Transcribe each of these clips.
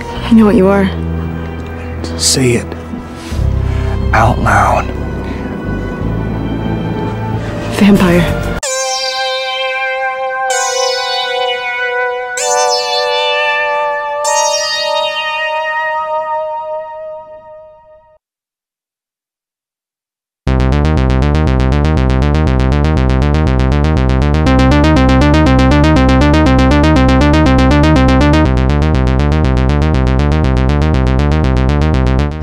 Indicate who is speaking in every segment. Speaker 1: I know what you are.
Speaker 2: Say it out loud.
Speaker 1: Vampire.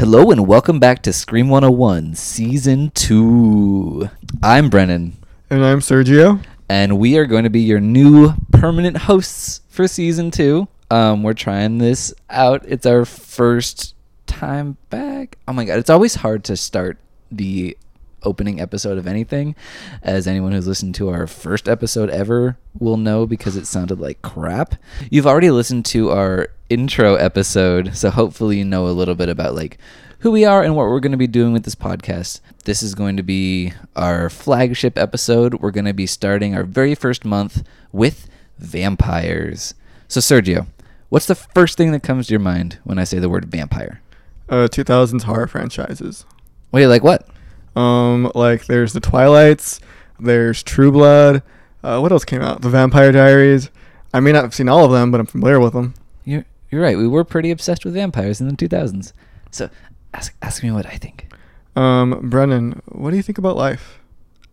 Speaker 3: Hello and welcome back to Scream 101 Season 2. I'm Brennan,
Speaker 4: And I'm Sergio.
Speaker 3: and we are going to be your new permanent hosts for Season 2. Um, we're trying this out. It's our first time back. Oh my god, it's always hard to start the opening episode of anything, as anyone who's listened to our first episode ever will know because it sounded like crap. You've already listened to our intro episode, so hopefully you know a little bit about like who we are and what we're going to be doing with this podcast. This is going to be our flagship episode. We're going to be starting our very first month with vampires. So Sergio, what's the first thing that comes to your mind when I say the word vampire?
Speaker 4: Uh, 2000s horror franchises.
Speaker 3: Wait, like what?
Speaker 4: Um, like there's the Twilights, there's True Blood. Uh, what else came out? The Vampire Diaries. I may not have seen all of them, but I'm familiar with them.
Speaker 3: You're you're right. We were pretty obsessed with vampires in the 2000s. So ask ask me what I think.
Speaker 4: Um, Brennan, what do you think about life?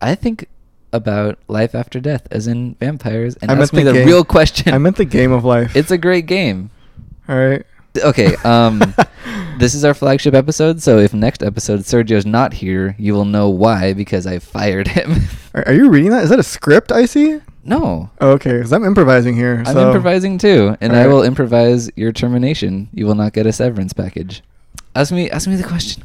Speaker 3: I think about life after death, as in vampires, and
Speaker 4: I meant
Speaker 3: ask me
Speaker 4: the
Speaker 3: the
Speaker 4: game.
Speaker 3: real question.
Speaker 4: I meant the game of life.
Speaker 3: It's a great game.
Speaker 4: all right.
Speaker 3: Okay. Um, this is our flagship episode. So if next episode Sergio's not here, you will know why because I fired him.
Speaker 4: Are, are you reading that? Is that a script I see?
Speaker 3: no.
Speaker 4: Oh, okay, because I'm improvising here.
Speaker 3: I'm
Speaker 4: so-
Speaker 3: improvising too, and I
Speaker 4: Alright.
Speaker 3: will improvise your termination. You will not get a severance package. Ask me, ask me the question.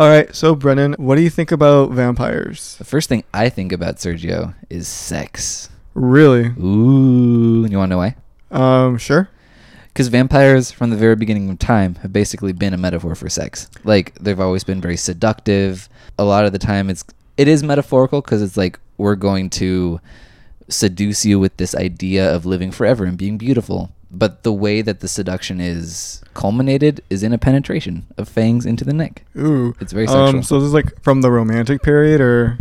Speaker 4: All right. So Brennan, what do you think about vampires?
Speaker 3: The first thing I think about Sergio is sex.
Speaker 4: Really?
Speaker 3: Ooh, and you want to know why?
Speaker 4: Um, sure.
Speaker 3: Because vampires, from the very beginning of time, have basically been a metaphor for sex. Like they've always been very seductive. A lot of the time, it's it is metaphorical because it's like we're going to seduce you with this idea of living forever and being beautiful. But the way that the seduction is culminated is in a penetration of fangs into the neck.
Speaker 4: Ooh.
Speaker 3: It's very sexual.
Speaker 4: Um, so this is like from the romantic period, or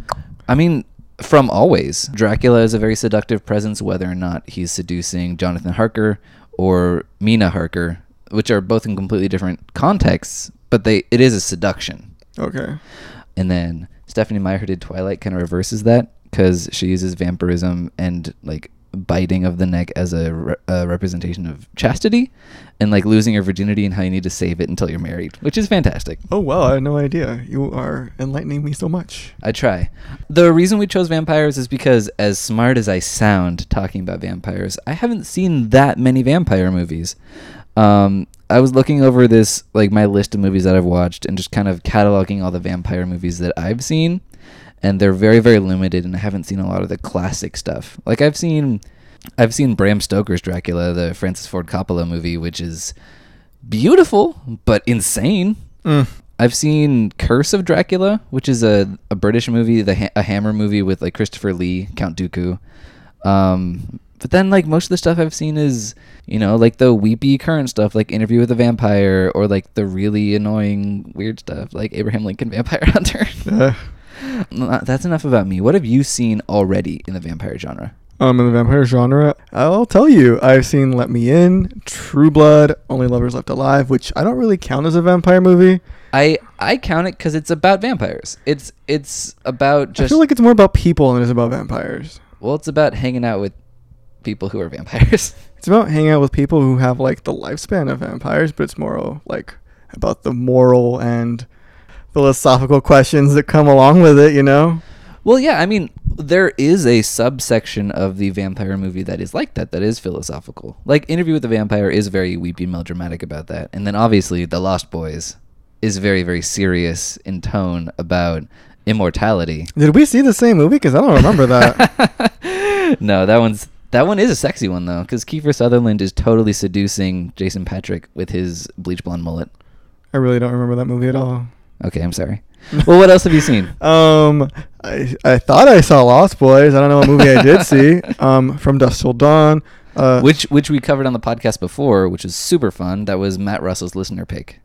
Speaker 3: I mean, from always, Dracula is a very seductive presence, whether or not he's seducing Jonathan Harker or Mina Harker, which are both in completely different contexts, but they it is a seduction.
Speaker 4: okay.
Speaker 3: And then Stephanie Meyer, who did Twilight, kind of reverses that because she uses vampirism and like biting of the neck as a, re- a representation of chastity and like losing your virginity and how you need to save it until you're married, which is fantastic.
Speaker 4: Oh wow, I had no idea. You are enlightening me so much.
Speaker 3: I try. The reason we chose vampires is because, as smart as I sound talking about vampires, I haven't seen that many vampire movies. Um, I was looking over this, like my list of movies that I've watched, and just kind of cataloging all the vampire movies that I've seen. And they're very, very limited, and I haven't seen a lot of the classic stuff. Like I've seen, I've seen Bram Stoker's Dracula, the Francis Ford Coppola movie, which is beautiful but insane.
Speaker 4: Mm.
Speaker 3: I've seen Curse of Dracula, which is a, a British movie, the ha- a Hammer movie with like Christopher Lee, Count Dooku. Um, but then like most of the stuff I've seen is you know like the weepy current stuff, like Interview with a Vampire, or like the really annoying weird stuff, like Abraham Lincoln Vampire Hunter.
Speaker 4: Uh,
Speaker 3: Well, That's enough about me. What have you seen already in the vampire genre?
Speaker 4: um, in the vampire genre, I'll tell you, I've seen Let Me In, True Blood, Only Lovers Left Alive, which I don't really count as a vampire movie.
Speaker 3: I I count it because it's about vampires. It's it's about
Speaker 4: I
Speaker 3: just
Speaker 4: feel like it's more about people than it is about vampires.
Speaker 3: well, it's about hanging out with people who are vampires.
Speaker 4: It's about hanging out with people who have like the lifespan of vampires, but it's more like about the moral and philosophical questions that come along with it. You know?
Speaker 3: Well, yeah, I mean, there is a subsection of the vampire movie that is like that, that is philosophical. Like Interview with the Vampire is very weepy and melodramatic about that. And then obviously The Lost Boys is very, very serious in tone about immortality.
Speaker 4: Did we see the same movie? Because I don't remember that.
Speaker 3: no, that one's that one is a sexy one though, because Kiefer Sutherland is totally seducing Jason Patrick with his bleach blonde mullet.
Speaker 4: I really don't remember that movie at all.
Speaker 3: Okay, I'm sorry. Well, what else have you seen?
Speaker 4: Um, I I thought I saw Lost Boys. I don't know what movie I did see. Um, From Dusk Till Dawn, Uh,
Speaker 3: which which we covered on the podcast before, which is super fun. That was Matt Russell's listener pick.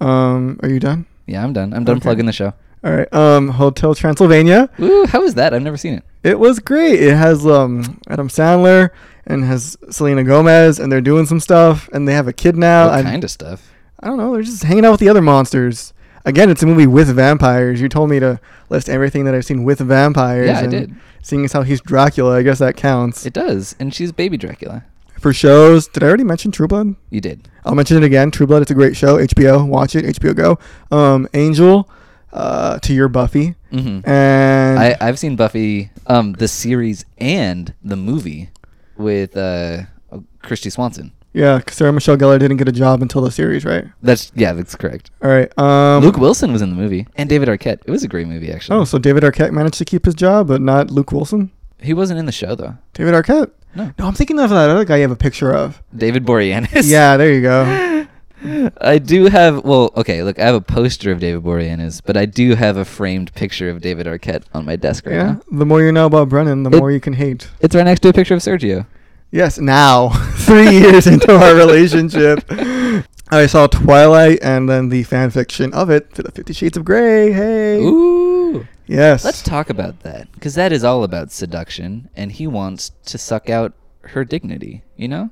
Speaker 4: Um, are you done?
Speaker 3: Yeah, I'm done. I'm done
Speaker 4: Okay.
Speaker 3: plugging the show.
Speaker 4: All right. Um, Hotel Transylvania.
Speaker 3: Ooh, how is that? I've never seen it.
Speaker 4: It was great. It has um Adam Sandler and has Selena Gomez, and they're doing some stuff, and they have a kid now.
Speaker 3: what
Speaker 4: and-
Speaker 3: kind of stuff?
Speaker 4: I don't know. They're just hanging out with the other monsters. Again, it's a movie with vampires. You told me to list everything that I've seen with vampires.
Speaker 3: Yeah, I
Speaker 4: and
Speaker 3: did.
Speaker 4: Seeing as how he's Dracula, I guess that counts.
Speaker 3: It does, and she's baby Dracula.
Speaker 4: For shows, did I already mention True Blood?
Speaker 3: You did.
Speaker 4: I'll mention it again. True Blood, it's a great show. HBO, watch it. HBO Go. Um, Angel, uh, to your Buffy,
Speaker 3: hmm
Speaker 4: and
Speaker 3: I I've seen Buffy, um, the series and the movie with uh, Christy Swanson.
Speaker 4: yeah, Sarah Michelle Gellar didn't get a job until the series, right?
Speaker 3: That's yeah, that's correct.
Speaker 4: All right. Um,
Speaker 3: Luke Wilson was in the movie, and David Arquette. It was a great movie, actually.
Speaker 4: Oh, so David Arquette managed to keep his job, but not Luke Wilson.
Speaker 3: he wasn't in the show though.
Speaker 4: David Arquette.
Speaker 3: No,
Speaker 4: No, I'm thinking of that other guy you have a picture of.
Speaker 3: David Boreanaz.
Speaker 4: yeah, there you go.
Speaker 3: I do have. Well, okay. Look, I have a poster of David Boreanaz, but I do have a framed picture of David Arquette on my desk right
Speaker 4: Yeah.
Speaker 3: now.
Speaker 4: The more you know about Brennan, the
Speaker 3: It-
Speaker 4: more you can hate.
Speaker 3: It's right next to a picture of Sergio.
Speaker 4: Yes, now, three years into our relationship, I saw Twilight and then the fan fiction of it, the Fifty Shades of Grey. Hey,
Speaker 3: Ooh.
Speaker 4: yes,
Speaker 3: Let's talk about that because that is all about seduction, and he wants to suck out her dignity. You know.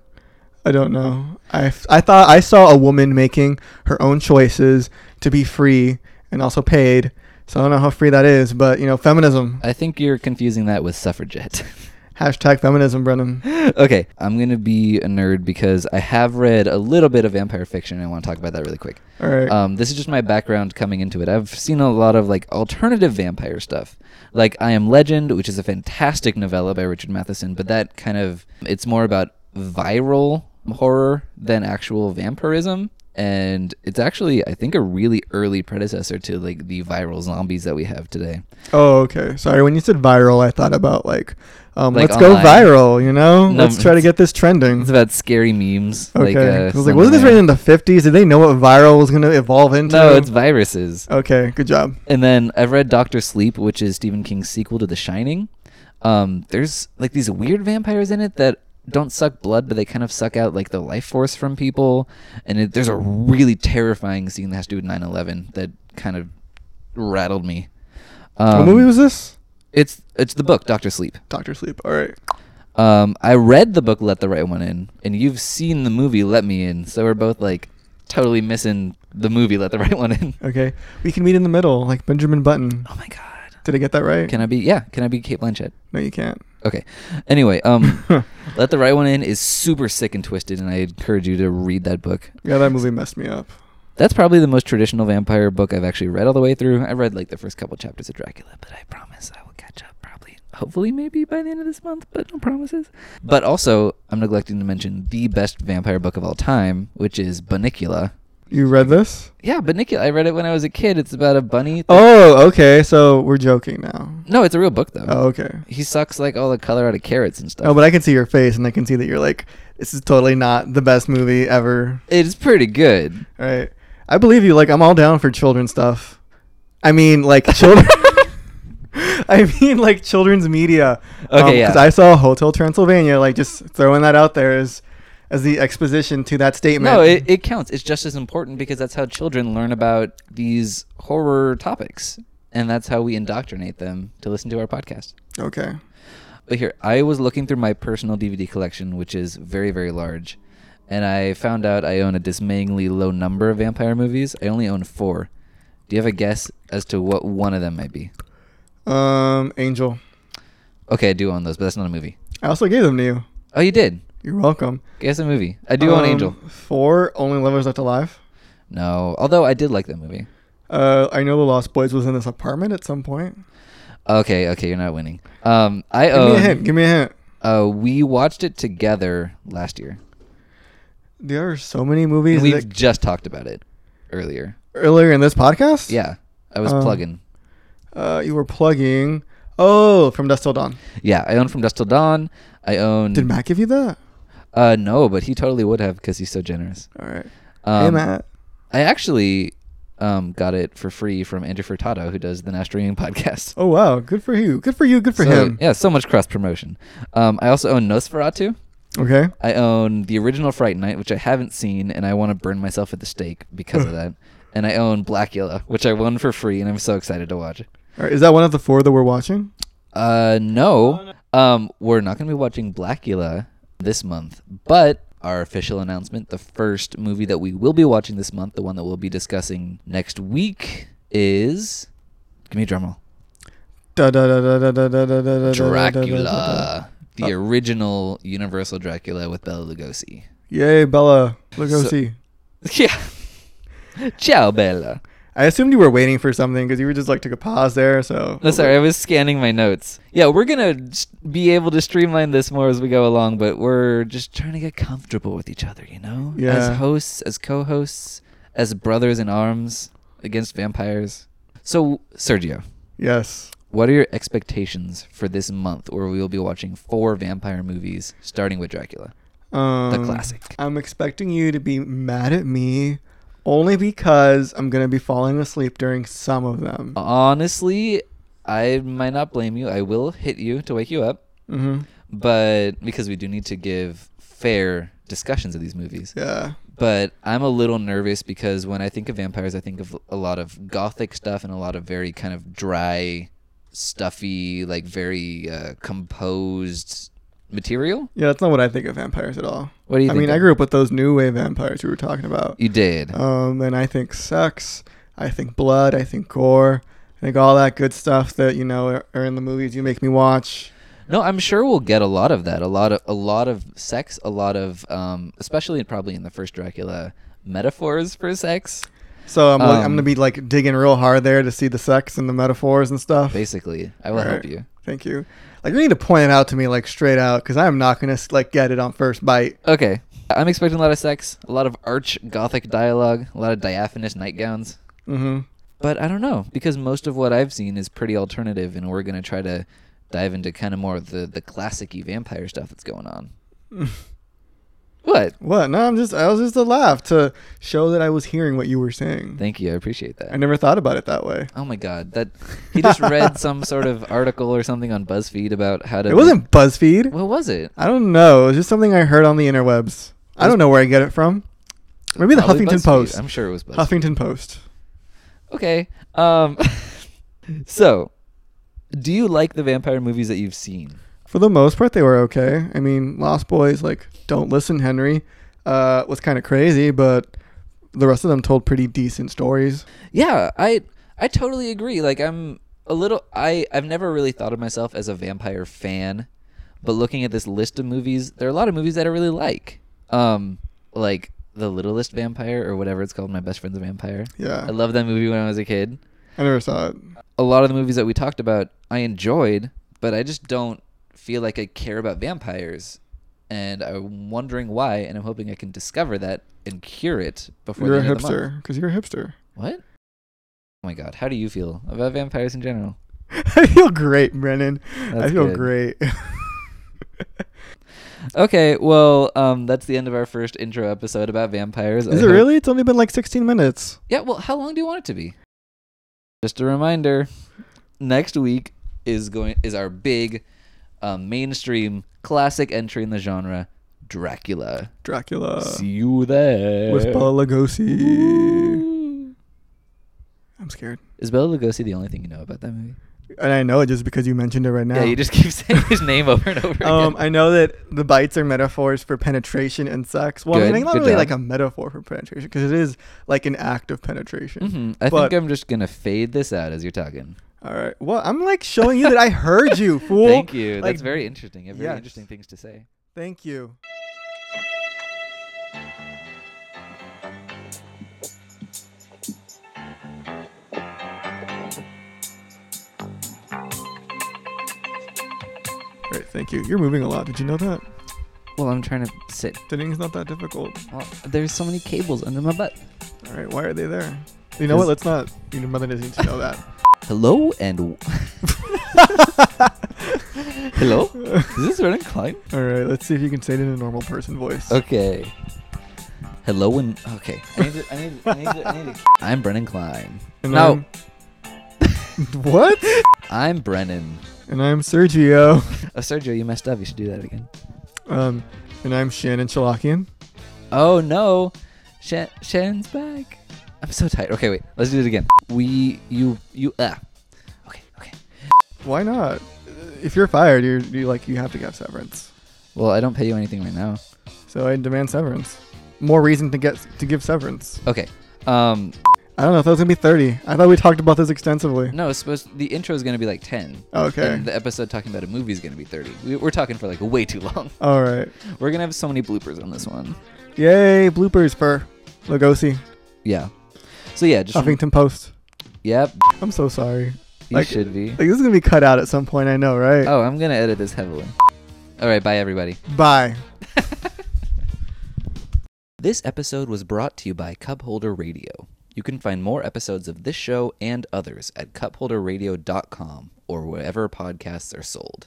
Speaker 4: I don't know. I, f- I thought I saw a woman making her own choices to be free and also paid. So I don't know how free that is, but you know, feminism.
Speaker 3: I think you're confusing that with suffragette.
Speaker 4: Hashtag feminism, Brennan.
Speaker 3: okay, I'm gonna be a nerd because I have read a little bit of vampire fiction. and I want to talk about that really quick.
Speaker 4: All right.
Speaker 3: Um, this is just my background coming into it. I've seen a lot of like alternative vampire stuff, like I Am Legend, which is a fantastic novella by Richard Matheson. But that kind of it's more about viral horror than actual vampirism, and it's actually I think a really early predecessor to like the viral zombies that we have today.
Speaker 4: Oh, okay. Sorry. When you said viral, I thought about like, um,
Speaker 3: Like
Speaker 4: let's
Speaker 3: online.
Speaker 4: go viral. You know,
Speaker 3: No,
Speaker 4: let's try to
Speaker 3: it's-
Speaker 4: get this trending.
Speaker 3: It's about scary memes.
Speaker 4: okay.
Speaker 3: Like, uh,
Speaker 4: 'Cause I was like, wasn't this written in the fifties? Did they know what viral was gonna evolve into?
Speaker 3: no, it's viruses.
Speaker 4: okay. Good job.
Speaker 3: And then I've read Doctor Sleep, which is Stephen King's sequel to The Shining. Um, there's like these weird vampires in it that don't suck blood, but they kind of suck out like the life force from people. And it, there's a really terrifying scene that has to do with 9/11 that kind of rattled me. Um,
Speaker 4: what movie was this?
Speaker 3: It's it's the book Doctor Sleep.
Speaker 4: Doctor Sleep. All right.
Speaker 3: Um, I read the book Let the Right One In, and you've seen the movie Let Me In, so we're both like totally missing the movie Let the Right One In.
Speaker 4: Okay. We can meet in the middle, like Benjamin Button.
Speaker 3: Oh my god!
Speaker 4: Did I get that right?
Speaker 3: Can I be yeah? Can I be Kate Blanchett?
Speaker 4: no, you can't.
Speaker 3: Okay. Anyway, um, Let the Right One In is super sick and twisted, and I encourage you to read that book.
Speaker 4: Yeah, that movie messed me up.
Speaker 3: That's probably the most traditional vampire book I've actually read all the way through. I read like the first couple chapters of Dracula, but I promise I will catch up probably, hopefully, maybe by the end of this month, but no promises. But also, I'm neglecting to mention the best vampire book of all time, which is Bunnicula.
Speaker 4: You read this?
Speaker 3: Yeah, Bunnicula. I read it when I was a kid. It's about a bunny. that-
Speaker 4: Oh, okay. So we're joking now.
Speaker 3: No, it's a real book, though.
Speaker 4: Oh, okay.
Speaker 3: He sucks like all the color out of carrots and stuff.
Speaker 4: Oh, but I can see your face, and I can see that you're like, this is totally not the best movie ever.
Speaker 3: it's pretty good.
Speaker 4: All right. I believe you. Like, I'm all down for children stuff. I mean, like, children. I mean, like, children's media.
Speaker 3: Okay, yeah.
Speaker 4: Because I saw Hotel Transylvania, like, just throwing that out there as, as the exposition to that statement.
Speaker 3: No, it, it counts. It's just as important because that's how children learn about these horror topics. And that's how we indoctrinate them to listen to our podcast.
Speaker 4: okay.
Speaker 3: But here, I was looking through my personal DVD collection, which is very, very large. And I found out I own a dismayingly low number of vampire movies. I only own four. Do you have a guess as to what one of them might be?
Speaker 4: Um, Angel.
Speaker 3: Okay, I do own those, but that's not a movie.
Speaker 4: I also gave them to you.
Speaker 3: Oh, you did.
Speaker 4: You're welcome.
Speaker 3: Guess a movie. I do own
Speaker 4: Um,
Speaker 3: Angel.
Speaker 4: Four Only Lovers Left Alive.
Speaker 3: No, although I did like that movie.
Speaker 4: Uh, I know the Lost Boys was in this apartment at some point.
Speaker 3: Okay, okay, you're not winning. Um, I
Speaker 4: Give
Speaker 3: own.
Speaker 4: me a hint. Give me a hint.
Speaker 3: Uh, we watched it together last year.
Speaker 4: There are so many
Speaker 3: And
Speaker 4: movies
Speaker 3: we've
Speaker 4: that
Speaker 3: just talked about it earlier.
Speaker 4: earlier in this podcast.
Speaker 3: Yeah, I was
Speaker 4: Um,
Speaker 3: plugging.
Speaker 4: Uh, you were plugging. Oh, from Dust Till Dawn.
Speaker 3: Yeah, I own From Dust Till Dawn. I own.
Speaker 4: Did Matt give you that?
Speaker 3: uh, no, but he totally would have because he's so generous.
Speaker 4: All right.
Speaker 3: Um,
Speaker 4: hey, Matt.
Speaker 3: I actually um, got it for free from Andrew Furtado, who does the Nash Dreaming podcast.
Speaker 4: Oh wow, good for you. Good for you. Good for
Speaker 3: So,
Speaker 4: him.
Speaker 3: Yeah, so much cross promotion. Um, I also own Nosferatu.
Speaker 4: Okay.
Speaker 3: I own the original Fright Night, which I haven't seen, and I want to burn myself at the stake because of that. And I own Blackula, which I won for free, and I'm so excited to watch. it.
Speaker 4: All right. Is that one of the four that we're watching?
Speaker 3: Uh, no, um, we're not going to be watching Blackula this month, but our official announcement, the first movie that we will be watching this month, the one that we'll be discussing next week, is give me a drum roll.
Speaker 4: Da da da da da da da da da da.
Speaker 3: Dracula, the original Universal Dracula with Bela Lugosi.
Speaker 4: Yay, Bella. Look
Speaker 3: So-
Speaker 4: go see.
Speaker 3: Yeah. Ciao, Bella.
Speaker 4: I assumed you were waiting for something because you were just like took a pause there. So
Speaker 3: No, sorry, I was scanning my notes. Yeah, we're gonna s- be able to streamline this more as we go along, but we're just trying to get comfortable with each other, you know?
Speaker 4: Yeah.
Speaker 3: As hosts, as co-hosts, as brothers in arms against vampires. So, Sergio,
Speaker 4: Yes.
Speaker 3: what are your expectations for this month, where we will be watching four vampire movies, starting with Dracula?
Speaker 4: Um,
Speaker 3: classic.
Speaker 4: I'm expecting you to be mad at me only because I'm going to be falling asleep during some of them.
Speaker 3: Oh. Uh, Honestly, I might not blame you. I will hit you to wake you up,
Speaker 4: hmm
Speaker 3: but because we do need to give fair discussions of these movies.
Speaker 4: Yeah.
Speaker 3: but I'm a little nervous because when I think of vampires, I think of a lot of gothic stuff and a lot of very kind of dry, stuffy, like very uh, composed material.
Speaker 4: Yeah, that's not what I think of vampires at all.
Speaker 3: What do you
Speaker 4: I
Speaker 3: think?
Speaker 4: mean, I
Speaker 3: of-
Speaker 4: grew up with those new wave vampires we were talking about.
Speaker 3: You did.
Speaker 4: Um, and I think sex, I think blood, I think gore, I think all that good stuff that, you know, are, are in the movies you make me watch.
Speaker 3: No, I'm sure we'll get a lot of that. A lot of a lot of sex. A lot of um, especially probably in the first Dracula metaphors for sex.
Speaker 4: So I'm, like- I'm
Speaker 3: Um,
Speaker 4: going to be like digging real hard there to see the sex and the metaphors and stuff.
Speaker 3: Basically, I will help
Speaker 4: Right.
Speaker 3: you.
Speaker 4: Thank you. Like you need to point it out to me like straight out because I'm not gonna like get it on first bite.
Speaker 3: Okay, I'm expecting a lot of sex, a lot of arch gothic dialogue, a lot of diaphanous nightgowns.
Speaker 4: Mm-hmm.
Speaker 3: But I don't know because most of what I've seen is pretty alternative, and we're gonna try to dive into kind of more of the the classic-y vampire stuff that's going on. what?
Speaker 4: What? No, I'm just I was just a laugh to show that I was hearing what you were saying.
Speaker 3: Thank you, I appreciate
Speaker 4: I
Speaker 3: that.
Speaker 4: never thought about it that way.
Speaker 3: Oh my god, that he just read some sort of article or something on BuzzFeed about how to.
Speaker 4: It wasn't BuzzFeed.
Speaker 3: What was it?
Speaker 4: I don't know. It was just something I heard on the interwebs. I don't know where I get it from. Maybe the
Speaker 3: Probably
Speaker 4: Huffington
Speaker 3: BuzzFeed.
Speaker 4: Post.
Speaker 3: I'm sure it was BuzzFeed.
Speaker 4: Huffington Post.
Speaker 3: Okay. Um. so, do you like the vampire movies that you've seen?
Speaker 4: For the most part, they were okay. I mean, Lost Boys, like Don't Listen, Henry, uh, was kind of crazy, but the rest of them told pretty decent stories.
Speaker 3: Yeah, I I totally agree. Like I'm a little I I've never really thought of myself as a vampire fan, but looking at this list of movies, there are a lot of movies that I really like. Um like The Littlest Vampire or whatever it's called, My Best Friend's a Vampire.
Speaker 4: Yeah,
Speaker 3: I loved that movie when I was a kid.
Speaker 4: I never saw it.
Speaker 3: A lot of the movies that we talked about I enjoyed, but I just don't feel like I care about vampires. And I'm wondering why, and I'm hoping I can discover that and cure it before
Speaker 4: You're a
Speaker 3: the end of the month.
Speaker 4: hipster because you're a hipster.
Speaker 3: What? Oh my god, how do you feel about vampires in general?
Speaker 4: I feel great, Brennan. I
Speaker 3: That's
Speaker 4: feel
Speaker 3: good.
Speaker 4: great.
Speaker 3: Okay, well, um, that's the end of our first intro episode about vampires.
Speaker 4: Is
Speaker 3: I
Speaker 4: it
Speaker 3: hope-
Speaker 4: really? It's only been like 16 minutes.
Speaker 3: Yeah, well, how long do you want it to be? Just a reminder, next week is going is our big um, mainstream classic entry in the genre, Dracula.
Speaker 4: Dracula
Speaker 3: See you there.
Speaker 4: with Bela Lugosi. I'm scared,
Speaker 3: Is Bela Lugosi the only thing you know about that movie?
Speaker 4: and I know it just because you mentioned it right now.
Speaker 3: Yeah, you just keep saying his name over and over
Speaker 4: Um,
Speaker 3: again.
Speaker 4: I know that the bites are metaphors for penetration and sex. Well, I
Speaker 3: Good,
Speaker 4: mean, not
Speaker 3: good
Speaker 4: really
Speaker 3: job.
Speaker 4: like a metaphor for penetration because it is like an act of penetration.
Speaker 3: hmm I
Speaker 4: but-
Speaker 3: think I'm just gonna fade this out as you're talking.
Speaker 4: All right. Well, I'm like showing you that I heard you, fool.
Speaker 3: Thank you.
Speaker 4: Like,
Speaker 3: That's very interesting. You have very
Speaker 4: yes.
Speaker 3: interesting things to say.
Speaker 4: Thank you. Great, thank you. You're moving a lot. Did you know that?
Speaker 3: Well, I'm trying to sit.
Speaker 4: Sitting's not that difficult.
Speaker 3: Well, there's so many cables under my butt.
Speaker 4: All right, why are they there? You know what? Let's not. Your mother doesn't need to know that.
Speaker 3: Hello and. Hello? Is this Vernon Klein?
Speaker 4: All right, let's see if you can say it in a normal person voice.
Speaker 3: Okay. Hello and. Okay. I need to. I need to. I need to. I need to I'm Brennan Klein.
Speaker 4: And
Speaker 3: no,
Speaker 4: I'm- what?
Speaker 3: I'm Brennan.
Speaker 4: And I'm Sergio.
Speaker 3: Oh, Sergio, you messed up. You should do that again.
Speaker 4: Um, And I'm Shannon Chalakian.
Speaker 3: Oh no, Shan- Shannon's back. I'm so tired. Okay, wait. Let's do it again. We, you, you. Ah. Okay, okay.
Speaker 4: Why not? If you're fired, you're, you like you have to get severance.
Speaker 3: Well, I don't pay you anything right now.
Speaker 4: So I demand severance. More reason to get to give severance.
Speaker 3: Okay. Um,
Speaker 4: I don't know if that was gonna be thirty. I thought we talked about this extensively.
Speaker 3: no. It's supposed the intro is gonna be like ten.
Speaker 4: Okay.
Speaker 3: And the episode talking about a movie is gonna be thirty. We, we're talking for like way too long.
Speaker 4: All right.
Speaker 3: We're gonna have so many bloopers on this one.
Speaker 4: Yay! Bloopers for Lugosi,
Speaker 3: Yeah. So yeah, just
Speaker 4: Huffington Post.
Speaker 3: yep.
Speaker 4: I'm so sorry.
Speaker 3: You
Speaker 4: Like-
Speaker 3: should be.
Speaker 4: Like this is gonna be cut out at some point. I know, right?
Speaker 3: Oh, I'm gonna edit this heavily. All right, bye everybody.
Speaker 4: Bye.
Speaker 3: This episode was brought to you by Cupholder Radio. You can find more episodes of this show and others at cupholderradio.com or wherever podcasts are sold.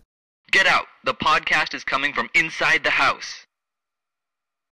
Speaker 5: Get out. The podcast is coming from inside the house.